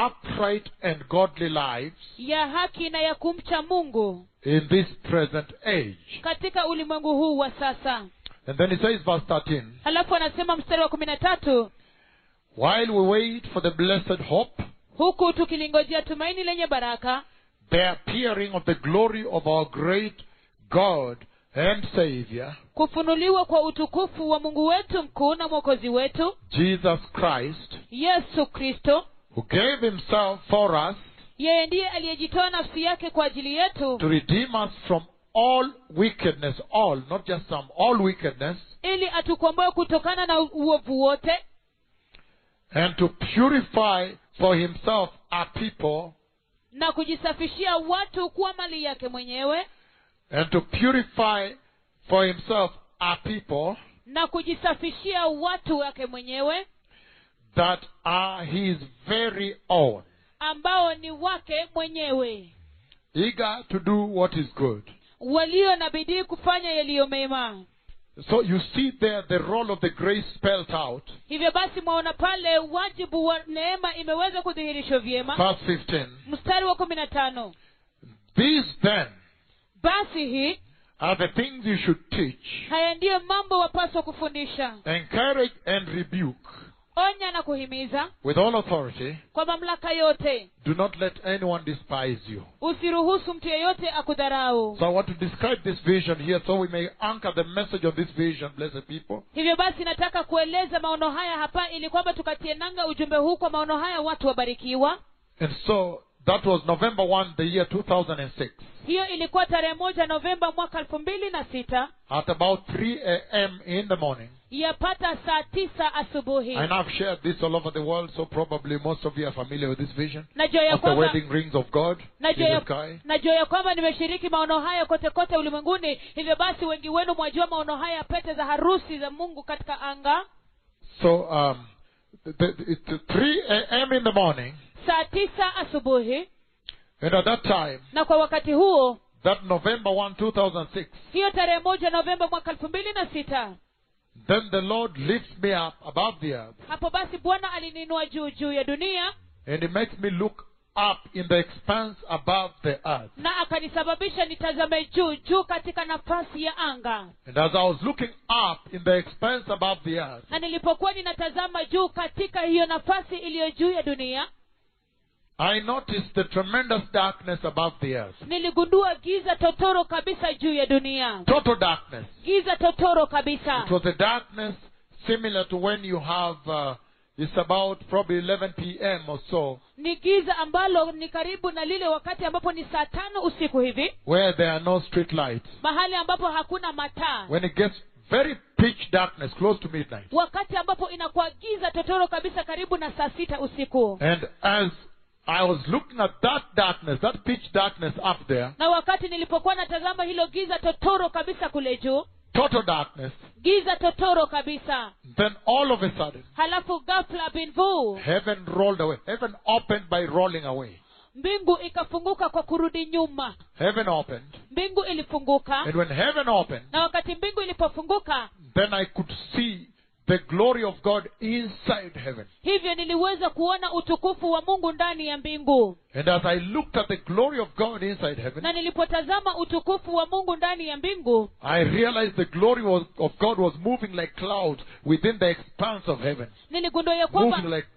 A: upright and godly lives
B: ya haki na ya kumcha mungu
A: in this present age.
B: katika ulimwengu huu wa sasa
A: And then he says, verse 13,
B: halafu anasema mstari wa kumi na tatu
A: While we wait for the blessed hope,
B: huku tukilingojea tumaini lenye baraka
A: the appearing of the glory of our great God and Savior,
B: kufunuliwa kwa utukufu wa mungu wetu mkuu na mwokozi wetu
A: Jesus Christ,
B: yesu kristo
A: who gave himself for us
B: yeye ndiye aliyejitoa nafsi yake kwa ajili yetu
A: to redeem us from all wickedness, all, not just some, all wickedness,
B: ili atukomboe kutokana na uovu wote
A: and to purify for himself a people,
B: na kujisafishia watu kuwa mali yake mwenyewe
A: and to purify for himself a people
B: na kujisafishia watu wake mwenyewe
A: that are his very own,
B: ambao ni wake mwenyewe
A: eager to do what is good.
B: walio na bidii kufanya yaliyo mema
A: So you see there the role of the grace spelt out.
B: hivyo basi mwaona pale wajibu wa neema imeweza kudhihirishwa vyema
A: Verse 15.
B: mstari wa kumi na tano
A: These then
B: basi hii
A: are the things you should teach,
B: haya ndiyo mambo wapaswa kufundisha
A: encourage, and rebuke
B: onya na kuhimiza
A: with all authority.
B: kwa mamlaka yote
A: Do not let anyone despise you.
B: usiruhusu mtu yeyote akudharau
A: So I want to describe this vision here so we may anchor the message of this vision, blessed people.
B: hivyo basi nataka kueleza maono haya hapa ili kwamba tukatie nanga ujumbe huu kwa maono haya watu wabarikiwa
A: And so that was November 1, the year 2006.
B: hiyo ilikuwa tarehe moja novemba mwaka elfu mbili na sita
A: At about 3 a.m. in the morning,
B: yapata saa tisa asubuhi
A: and I've shared this all over the world, so probably most of you are familiar with this vision
B: najua ya
A: of the
B: kwamba
A: wedding rings of God in
B: najua
A: the
B: ya,
A: sky.
B: najua ya kwamba nimeshiriki maono haya kote kote ulimwenguni hivyo basi wengi wenu mwajua maono haya ya pete za harusi za mungu katika anga
A: So um, the, the, it's 3 a.m. in the morning,
B: saa tisa asubuhi
A: and at that time,
B: na kwa wakati huo
A: that November 1, 2006,
B: hiyo tarehe moja novemba mwaka elfu mbili na sita
A: then the Lord lifts me up above the earth,
B: hapo basi bwana alininua juu juu ya dunia
A: and He makes me look up in the expanse above the earth.
B: na akanisababisha nitazame juu juu katika nafasi ya anga
A: And as I was looking up in the expanse above the earth,
B: na nilipokuwa ninatazama juu katika hiyo nafasi iliyo juu ya dunia
A: I noticed the tremendous darkness above the earth.
B: niligundua giza totoro kabisa juu ya dunia
A: Total darkness.
B: giza totoro
A: It
B: kabisa
A: was a darkness similar to when you have, uh, it's about probably 11 p.m. or so,
B: ni giza ambalo ni karibu na lile wakati ambapo ni saa tano usiku hivi
A: where there are no street lights.
B: mahali ambapo hakuna mataa
A: When it gets very pitch darkness, close to midnight.
B: wakati ambapo inakuwa giza totoro kabisa karibu na saa sita usiku
A: And as I was looking at that darkness, that pitch darkness up there,
B: na wakati nilipokuwa natazama hilo giza totoro kabisa kule juu
A: total darkness,
B: giza totoro kabisa
A: then all of a sudden,
B: halafu ghafla binvu
A: heaven rolled away. Heaven opened by rolling away.
B: mbingu ikafunguka kwa kurudi nyuma
A: Heaven opened.
B: mbingu ilifunguka
A: And when heaven opened,
B: na wakati mbingu ilipofunguka
A: then I could see the glory of God inside heaven.
B: hivyo niliweza kuona utukufu wa mungu ndani ya mbingu
A: And as I looked at the glory of God inside heaven,
B: na nilipotazama utukufu wa mungu ndani ya mbingu
A: I realized the glory was, of God was moving like clouds within the expanse of heaven,
B: niligundua ya kwamba
A: moving like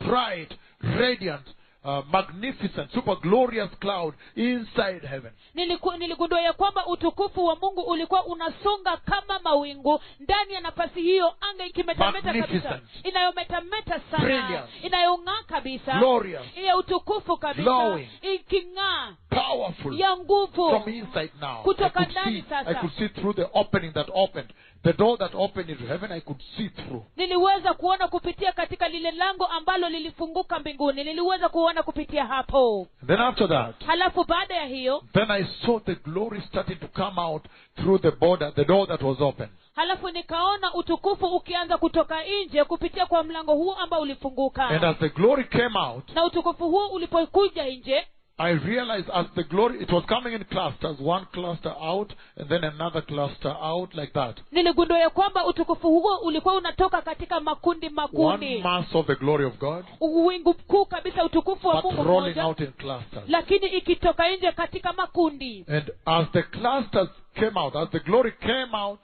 A: bright, radiant, uh, magnificent, super glorious cloud inside heaven.
B: niliku- niligundua ya kwamba utukufu wa mungu ulikuwa unasonga kama mawingu ndani ya nafasi hiyo anga ikimetameta kabisa
A: Magnificent.
B: inayometameta sana
A: Brilliant.
B: inayong'aa kabisa
A: Glorious.
B: ya utukufu kabisa
A: Glowing.
B: iking'aa
A: Powerful.
B: ya nguvu
A: From inside now, I
B: Kutoka
A: could,
B: ndani
A: see,
B: sasa.
A: I could see through the opening that opened. The door that opened into heaven, I could see through.
B: niliweza kuona kupitia katika lile lango ambalo lilifunguka mbinguni niliweza kuona kupitia hapo
A: And then after that,
B: halafu baada ya hiyo
A: Then I saw the glory starting to come out through the border, the door that was open.
B: halafu nikaona utukufu ukianza kutoka nje kupitia kwa mlango huo ambao ulifunguka
A: And as the glory came out,
B: na utukufu huo ulipokuja nje
A: I realized as the glory, it was coming in clusters, one cluster out, and then another cluster out, like that.
B: niligundua ya kwamba utukufu huo ulikuwa unatoka katika makundi
A: One
B: makundi
A: mass of the glory of God,
B: wingu kuu kabisa utukufu wa
A: but
B: mungu
A: rolling
B: mmoja
A: out in clusters.
B: lakini ikitoka nje katika makundi
A: And as the clusters came out, as the glory came out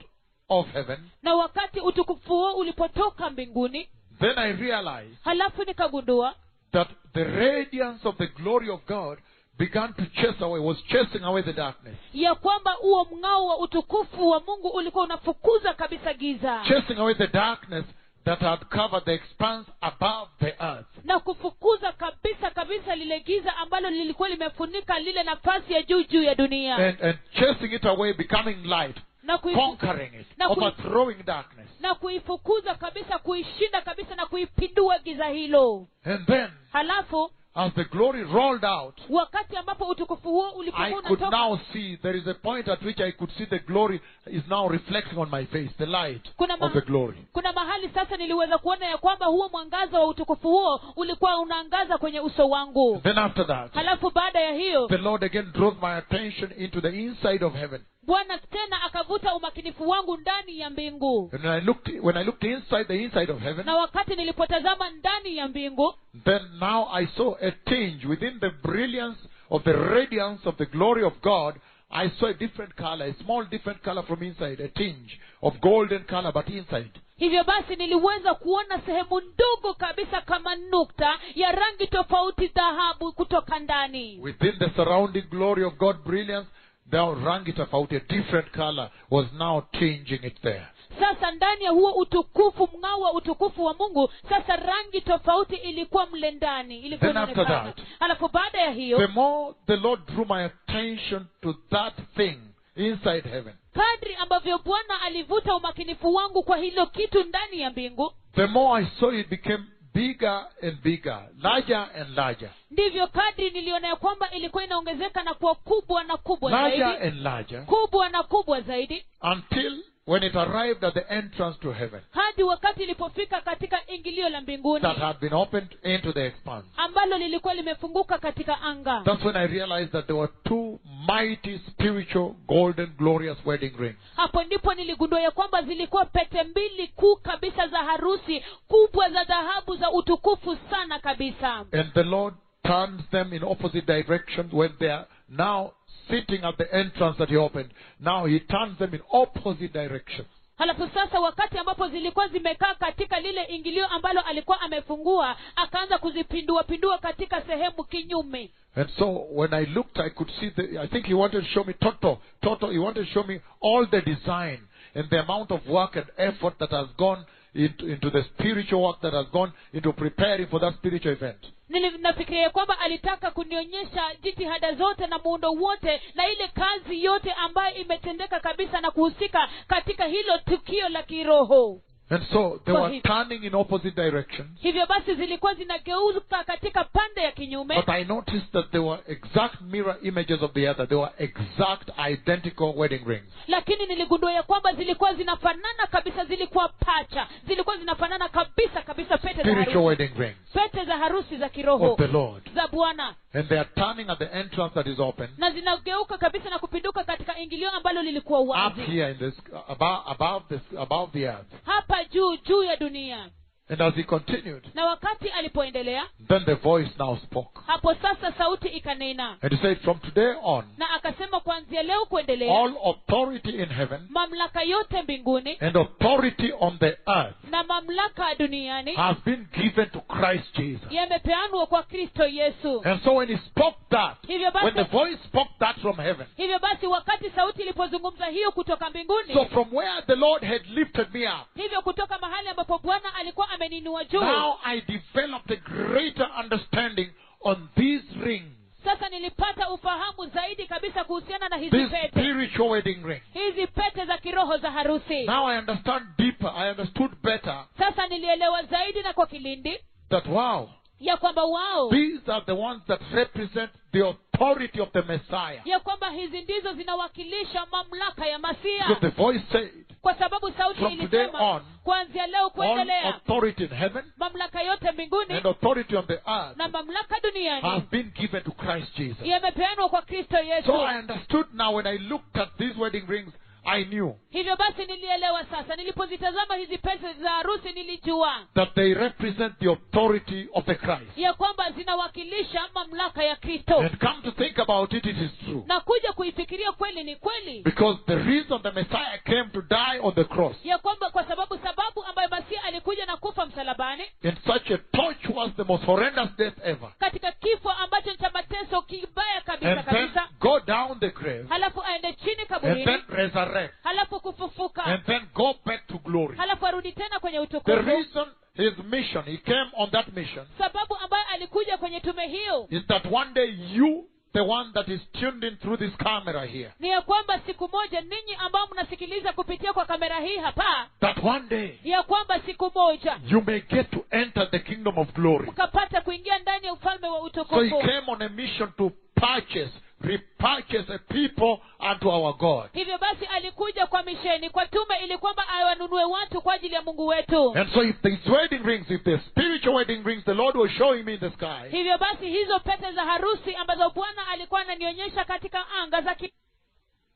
A: of heaven,
B: na wakati utukufu huo ulipotoka mbinguni
A: then I realized
B: halafu nikagundua
A: that the radiance of the glory of God began to chase away, was chasing away the darkness,
B: ya kwamba huo mng'ao wa utukufu wa mungu ulikuwa unafukuza kabisa giza
A: chasing away the darkness that had covered the expanse above the earth.
B: na kufukuza kabisa kabisa lile giza ambalo lilikuwa limefunika lile nafasi ya juu juu ya dunia
A: And, and chasing it away, becoming light,
B: na kui,
A: conquering it,
B: Now we-
A: overthrowing darkness.
B: na kuifukuza kabisa kuishinda kabisa na kuipindua giza hilo
A: And then,
B: halafu
A: as the glory rolled out,
B: wakati ambapo utukufu huo
A: I
B: ulipokuwa
A: could
B: unatoka
A: now see there is a point at which I could see the glory is now reflecting on my face, the light
B: kuna,
A: of the glory.
B: kuna mahali sasa niliweza kuona ya kwamba huo mwangaza wa utukufu huo ulikuwa unaangaza kwenye uso wangu
A: Then after that,
B: halafu baada ya hiyo
A: the Lord again drove my attention into the inside of heaven.
B: bwana tena akavuta umakinifu wangu ndani ya mbingu
A: And when I looked, when I looked inside the inside of heaven,
B: na wakati nilipotazama ndani ya mbingu
A: then now I saw a tinge within the brilliance of the radiance of the glory of God. I saw a different color, a small different color from inside, a tinge of golden color, but inside.
B: hivyo basi niliweza kuona sehemu ndogo kabisa kama nukta ya rangi tofauti dhahabu kutoka ndani
A: Within the surrounding glory of God brilliance, thou rang it about a different color, was now changing it there.
B: sasa ndani ya huo utukufu mng'ao wa utukufu wa mungu sasa rangi tofauti ilikuwa mle ndani ilikuwa
A: Then after
B: inaonekana.
A: that,
B: alafu baada ya
A: The
B: hiyo
A: more the Lord drew my attention to that thing inside heaven,
B: kadri ambavyo bwana alivuta umakinifu wangu kwa hilo kitu ndani ya mbingu
A: the more I saw it became bigger and bigger, larger and larger,
B: ndivyo kadri niliona ya kwamba ilikuwa inaongezeka na kuwa kubwa na kubwa
A: larger
B: zaidi
A: and larger,
B: kubwa na kubwa zaidi
A: until when it arrived at the entrance to heaven
B: hadi wakati ilipofika katika ingilio la mbinguni
A: that had been opened into the expanse.
B: ambalo lilikuwa limefunguka katika anga
A: That's when I realized that there were two mighty spiritual golden glorious wedding rings.
B: hapo ndipo niligundua ya kwamba zilikuwa pete mbili kuu kabisa za harusi kubwa za dhahabu za utukufu sana kabisa
A: And the Lord turns them in opposite directions when they are now sitting at the entrance that He opened. Now He turns them in opposite directions.
B: halafu sasa wakati ambapo zilikuwa zimekaa katika lile ingilio ambalo alikuwa amefungua akaanza kuzipindua pindua katika sehemu kinyume
A: And so when I looked, I could see the, I think He wanted to show me Toto. Toto, He wanted to show me all the design and the amount of work and effort that has gone into, into the spiritual work that has gone into preparing for that spiritual event.
B: Nili- nafikiria ya kwamba alitaka kunionyesha jitihada zote na muundo wote na ile kazi yote ambayo imetendeka kabisa na kuhusika katika hilo tukio la kiroho
A: And so they
B: Kwa
A: were
B: hivyo.
A: turning in opposite directions.
B: hivyo basi zilikuwa zinageuka katika pande ya kinyume
A: But I noticed that they were exact mirror images of the other. They were exact identical wedding rings.
B: lakini niligundua ya kwamba zilikuwa zinafanana kabisa zilikuwa pacha zilikuwa zinafanana kabisa kabisa pete za
A: Spiritual
B: harusi,
A: wedding rings
B: pete za harusi za
A: of
B: kiroho
A: the Lord.
B: za bwana
A: And they are turning at the entrance that is open
B: na zinageuka kabisa na kupinduka katika ingilio ambalo lilikuwa
A: up
B: wazi
A: here in this above above this above the earth.
B: hapa juu juu ya dunia
A: And as he continued,
B: na wakati alipoendelea
A: then the voice now spoke.
B: hapo sasa sauti ikanena
A: And he said, From today on,
B: na akasema kuanzia leo kuendelea
A: all Eh. authority in heaven
B: mamlaka yote mbinguni
A: and authority on the earth
B: na mamlaka duniani
A: has been given to Christ Jesus.
B: yamepeanwa kwa kristo yesu
A: And so when he spoke that,
B: hivyo
A: Eh. when
B: basi
A: the voice spoke that from heaven,
B: hivyo basi wakati sauti ilipozungumza hiyo kutoka mbinguni
A: So from where the Lord had lifted me up,
B: hivyo kutoka mahali ambapo bwana alikuwa ameninua juu
A: now I developed a greater understanding on these rings,
B: sasa nilipata ufahamu zaidi kabisa kuhusiana na hizi
A: these
B: pete
A: spiritual wedding rings.
B: hizi pete za kiroho za harusi
A: Now I understand deeper, I understood better
B: sasa nilielewa zaidi na kwa kilindi
A: that wow,
B: ya kwamba wao
A: these are the ones that represent the authority of the Messiah.
B: ya kwamba hizi ndizo zinawakilisha mamlaka ya
A: Because
B: masia
A: the voice said,
B: kwa sababu sauti
A: From today
B: ilisema
A: on,
B: kuanzia leo
A: All
B: kuendelea
A: authority in heaven
B: mamlaka yote mbinguni
A: and authority on the earth
B: na mamlaka
A: has
B: duniani
A: been given to Christ Jesus.
B: yamepeanwa kwa kristo
A: So
B: yesu
A: I understood now when I looked at these wedding rings, I knew
B: hivyo basi nilielewa sasa nilipozitazama hizi pesa za harusi nilijua
A: that they represent the authority of the Christ.
B: ya kwamba zinawakilisha mamlaka ya kristo
A: And come to think about it, it is true.
B: na kuja kuifikiria kweli ni kweli
A: Because the reason the Messiah came to die on the cross
B: ya kwamba kwa sababu sababu ambayo masia alikuja na kufa msalabani
A: in such a tortuous, the most horrendous death ever,
B: katika kifo ambacho ni cha mateso kibaya kabisa
A: and then
B: kabisa
A: go down the grave,
B: halafu aende chini
A: and
B: kaburini
A: then resurrect,
B: halafu kufufuka
A: and then go back to glory.
B: halafu arudi tena kwenye
A: The
B: utukufu
A: reason his mission, he came on that mission,
B: sababu ambayo alikuja kwenye tume hiyo
A: is that one day you, the one that is tuned in through this camera here,
B: ni ya kwamba siku moja ninyi ambao mnasikiliza kupitia kwa kamera hii hapa
A: that one day
B: ya kwamba siku moja
A: you may get to enter the kingdom of glory.
B: mkapata kuingia ndani ya ufalme wa
A: So he
B: utukufu
A: came on a mission to purchase, repurchase a people unto our God.
B: hivyo basi alikuja kwa misheni kwa tume ili kwamba awanunue watu kwa ajili ya mungu wetu
A: And so if these wedding rings, if the spiritual wedding rings the Lord was showing me in the sky,
B: hivyo basi hizo pete za harusi ambazo bwana alikuwa ananionyesha katika anga za ki-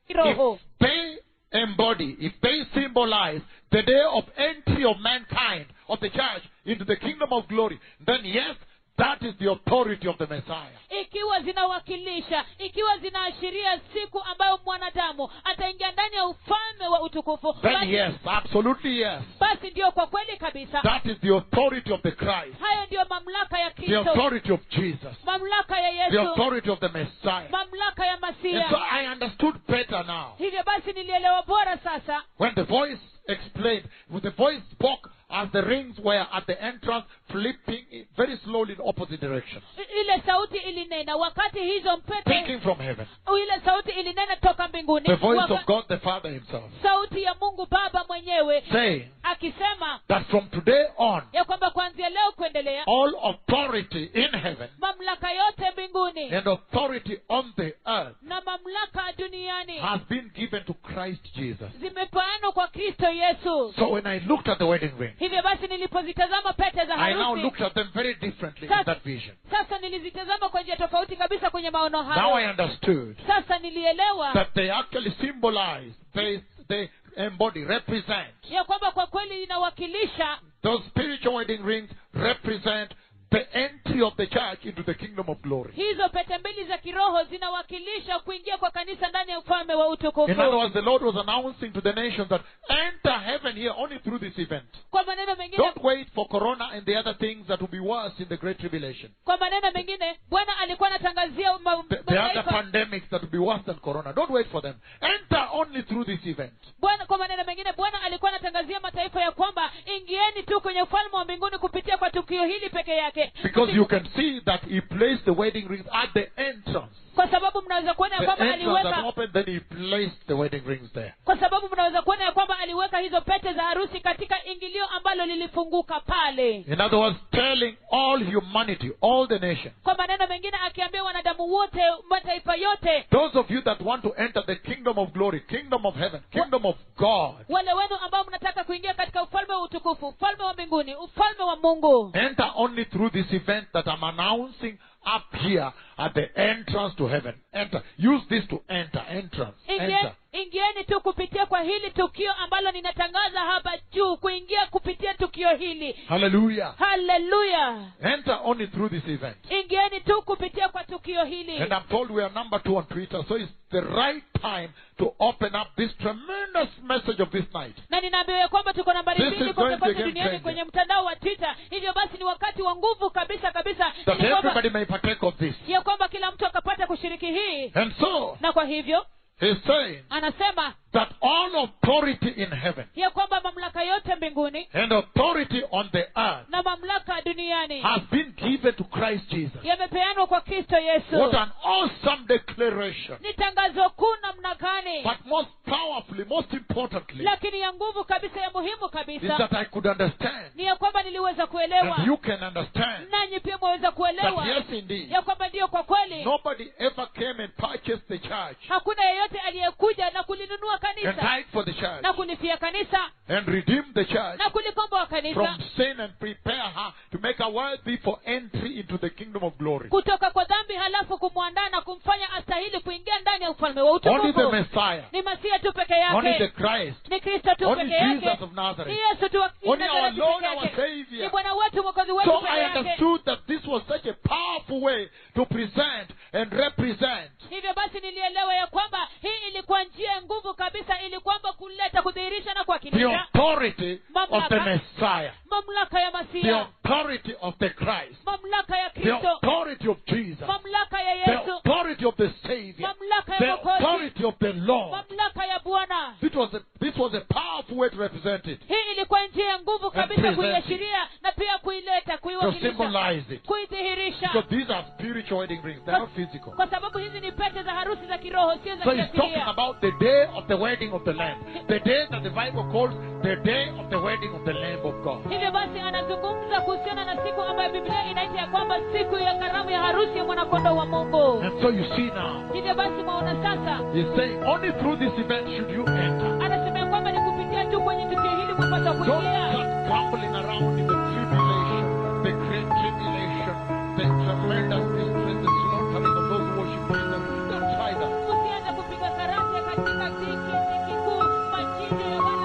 B: kiroho
A: if they embody, if they symbolize the day of entry of mankind, of the church, into the kingdom of glory, then yes, that is the authority of the Messiah.
B: ikiwa zinawakilisha ikiwa zinaashiria siku ambayo mwanadamu ataingia ndani ya ufalme wa utukufu
A: Then
B: basi,
A: yes, absolutely yes.
B: basi ndiyo kwa kweli kabisa
A: That is the authority of the Christ,
B: hayo ndiyo mamlaka ya
A: the
B: kristo
A: authority of Jesus,
B: mamlaka ya
A: the
B: yesu
A: authority of the Messiah.
B: mamlaka ya
A: And so
B: masia
A: I understood better now.
B: hivyo basi nilielewa bora sasa
A: When the voice explained, when the voice spoke as the rings were at the entrance, flipping it very slowly in opposite directions,
B: I- ile sauti ilinena wakati hizo mpete
A: speaking from heaven.
B: ile sauti ilinena toka mbinguni
A: The voice of
B: Waka-
A: God the Father Himself
B: sauti ya mungu baba mwenyewe
A: saying
B: akisema
A: that from today on,
B: ya kwamba kuanzia leo kuendelea
A: all authority in heaven
B: mamlaka yote mbinguni
A: and authority on the earth
B: na mamlaka duniani
A: has been given to Christ Jesus.
B: zimepeanwa kwa kristo yesu
A: So when I looked at the wedding ring,
B: hivyo basi nilipozitazama pete za
A: I now
B: harusi
A: looked at them very differently in that vision.
B: sasa nilizitazama kwa njia tofauti kabisa kwenye maono
A: Now I
B: hayo
A: understood
B: sasa nilielewa
A: that they actually symbolize, they, they embody, represent
B: ya kwamba kwa kweli inawakilisha
A: Those spiritual wedding rings represent the entry of the church into the kingdom of glory.
B: hizo pete mbili za kiroho zinawakilisha kuingia kwa kanisa ndani ya ufalme wa
A: In other
B: utukufu
A: words, the Lord was announcing to the nations that enter heaven here only through this event.
B: kwa maneno mengine
A: Don't wait for Corona and the other things that will be worse in the Great Tribulation.
B: kwa maneno mengine bwana alikuwa anatangazia ma-
A: The, the other
B: mataifa
A: pandemics that will be worse than Corona. Don't wait for them. Enter only through this event.
B: bwana kwa maneno mengine bwana alikuwa anatangazia mataifa ya kwamba ingieni tu kwenye ufalme wa mbinguni kupitia kwa tukio hili peke yake
A: Because you can see that He placed the wedding rings at the entrance.
B: kwa sababu mnaweza kuona ya
A: The
B: kwamba
A: entrance that
B: aliweka
A: opened, then He placed the wedding rings there.
B: kwa sababu mnaweza kuona ya kwamba aliweka hizo pete za harusi katika ingilio ambalo lilifunguka pale
A: In other words, telling all humanity, all the nations,
B: kwa maneno mengine akiambia wanadamu wote mataifa yote
A: Those of you that want to enter the kingdom of glory, kingdom of heaven, kingdom of God,
B: wale wenu ambao mnataka kuingia katika ufalme wa utukufu ufalme wa mbinguni ufalme wa mungu
A: enter only through this event that I'm announcing up here at the entrance to heaven. Enter. Use this to enter. Entrance.
B: Ingie-
A: Enter.
B: ingieni tu kupitia kwa hili tukio ambalo ninatangaza hapa juu kuingia kupitia tukio hili
A: Hallelujah.
B: haleluya
A: Enter only through this event.
B: ingieni tu kupitia kwa tukio hili
A: And I'm told we are number two on Twitter, so it's the right time to open up this tremendous message of this night.
B: na ninaambiwa ya kwamba tuko nambari
A: This
B: mbili
A: is going
B: kote
A: to
B: kote
A: be a game
B: duniani
A: changer.
B: kwenye mtandao wa twitter hivyo basi ni wakati wa nguvu kabisa kabisa
A: That
B: ili kwamba,
A: everybody may partake of this.
B: ya kwamba kila mtu akapata kushiriki hii
A: And so,
B: na kwa hivyo
A: he's saying
B: anasema
A: that all authority in heaven
B: ya kwamba mamlaka yote mbinguni
A: and authority on the earth
B: na mamlaka duniani
A: has been given to Christ Jesus.
B: yamepeanwa kwa kristo
A: What
B: yesu
A: an awesome declaration.
B: ni tangazo kuu namna gani
A: But most powerfully, most importantly,
B: lakini ya nguvu kabisa ya muhimu
A: is
B: kabisa
A: that I could understand,
B: ni ya kwamba niliweza kuelewa
A: and you can understand,
B: nanyi pia mwaweza
A: that
B: kuelewa
A: yes, indeed,
B: ya kwamba ndiyo kwa kweli
A: nobody ever came and purchased the church
B: hakuna yeyote aliyekuja na kulinunua
A: and
B: kanisa
A: died for the church
B: na kulifia kanisa
A: and redeemed the church
B: na kulikomboa kanisa
A: from sin and prepare her to make her worthy for entry into the kingdom of glory.
B: kutoka kwa dhambi halafu kumwandaa na kumfanya astahili kuingia ndani ya ufalme wa
A: Only the
B: utukufu
A: Messiah,
B: ni masia tu peke
A: only the
B: yake
A: Christ,
B: ni kristo tu
A: only
B: peke yake
A: Jesus of Nazareth.
B: ni yesu tu wa-
A: Only our
B: Nazareti
A: Lord,
B: peke
A: our
B: yake.
A: Savior.
B: ni bwana wetu mwokozi
A: So
B: wetu peke
A: I
B: yake
A: understood that this was such a powerful way to present and represent
B: hivyo basi nilielewa ya kwamba hii ilikuwa njia ya nguvu kabisa ili kwamba kuleta kudhihirisha na
A: the
B: kuwakilisha
A: authority of the Messiah,
B: mamlaka ya
A: the
B: masia
A: authority of the Christ,
B: mamlaka ya
A: the
B: kristo
A: authority of Jesus,
B: mamlaka ya
A: the
B: yesu
A: authority of the Savior,
B: mamlaka
A: the
B: ya mwokozi
A: authority of the Lord.
B: mamlaka ya bwana
A: This was a, this was a powerful way to represent it,
B: hii ilikuwa njia ya nguvu kabisa
A: present
B: kuiashiria na pia kuileta
A: to
B: kuiwakilisha
A: symbolize it. So
B: kuidhihirisha
A: these are spiritual wedding rings, they're not physical.
B: kwa sababu hizi ni pete za harusi za kiroho sio za
A: So he's talking
B: kiasilia
A: about the day of the wedding of the Lamb. The day that the Bible calls the day of the wedding of the Lamb of God.
B: hivyo basi anazungumza kuhusiana na siku ambayo biblia inaita ya kwamba siku ya karamu ya harusi ya mwanakondo wa mungu
A: And so you see now,
B: hivyo basi mwaona sasa
A: he's saying only through this event should you enter.
B: anasema ya kwamba ni kupitia tu kwenye tukio hili mwapata
A: Don't
B: kuingia
A: start gambling around in the tribulation, the great tribulation, the tremendous distress, the slaughtering of those who worship Jesus. Don't try that.
B: usianze kupiga karate katika dhiki dhiki kuu machinjo ya wale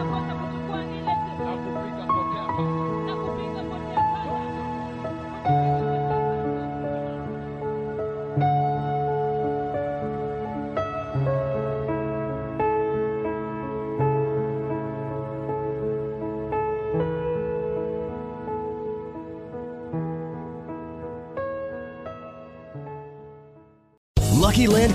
B: ambao watakosa kuchukua ile
A: Hakupika potea hapa.
B: na kupiga potea pala
C: Lucky Land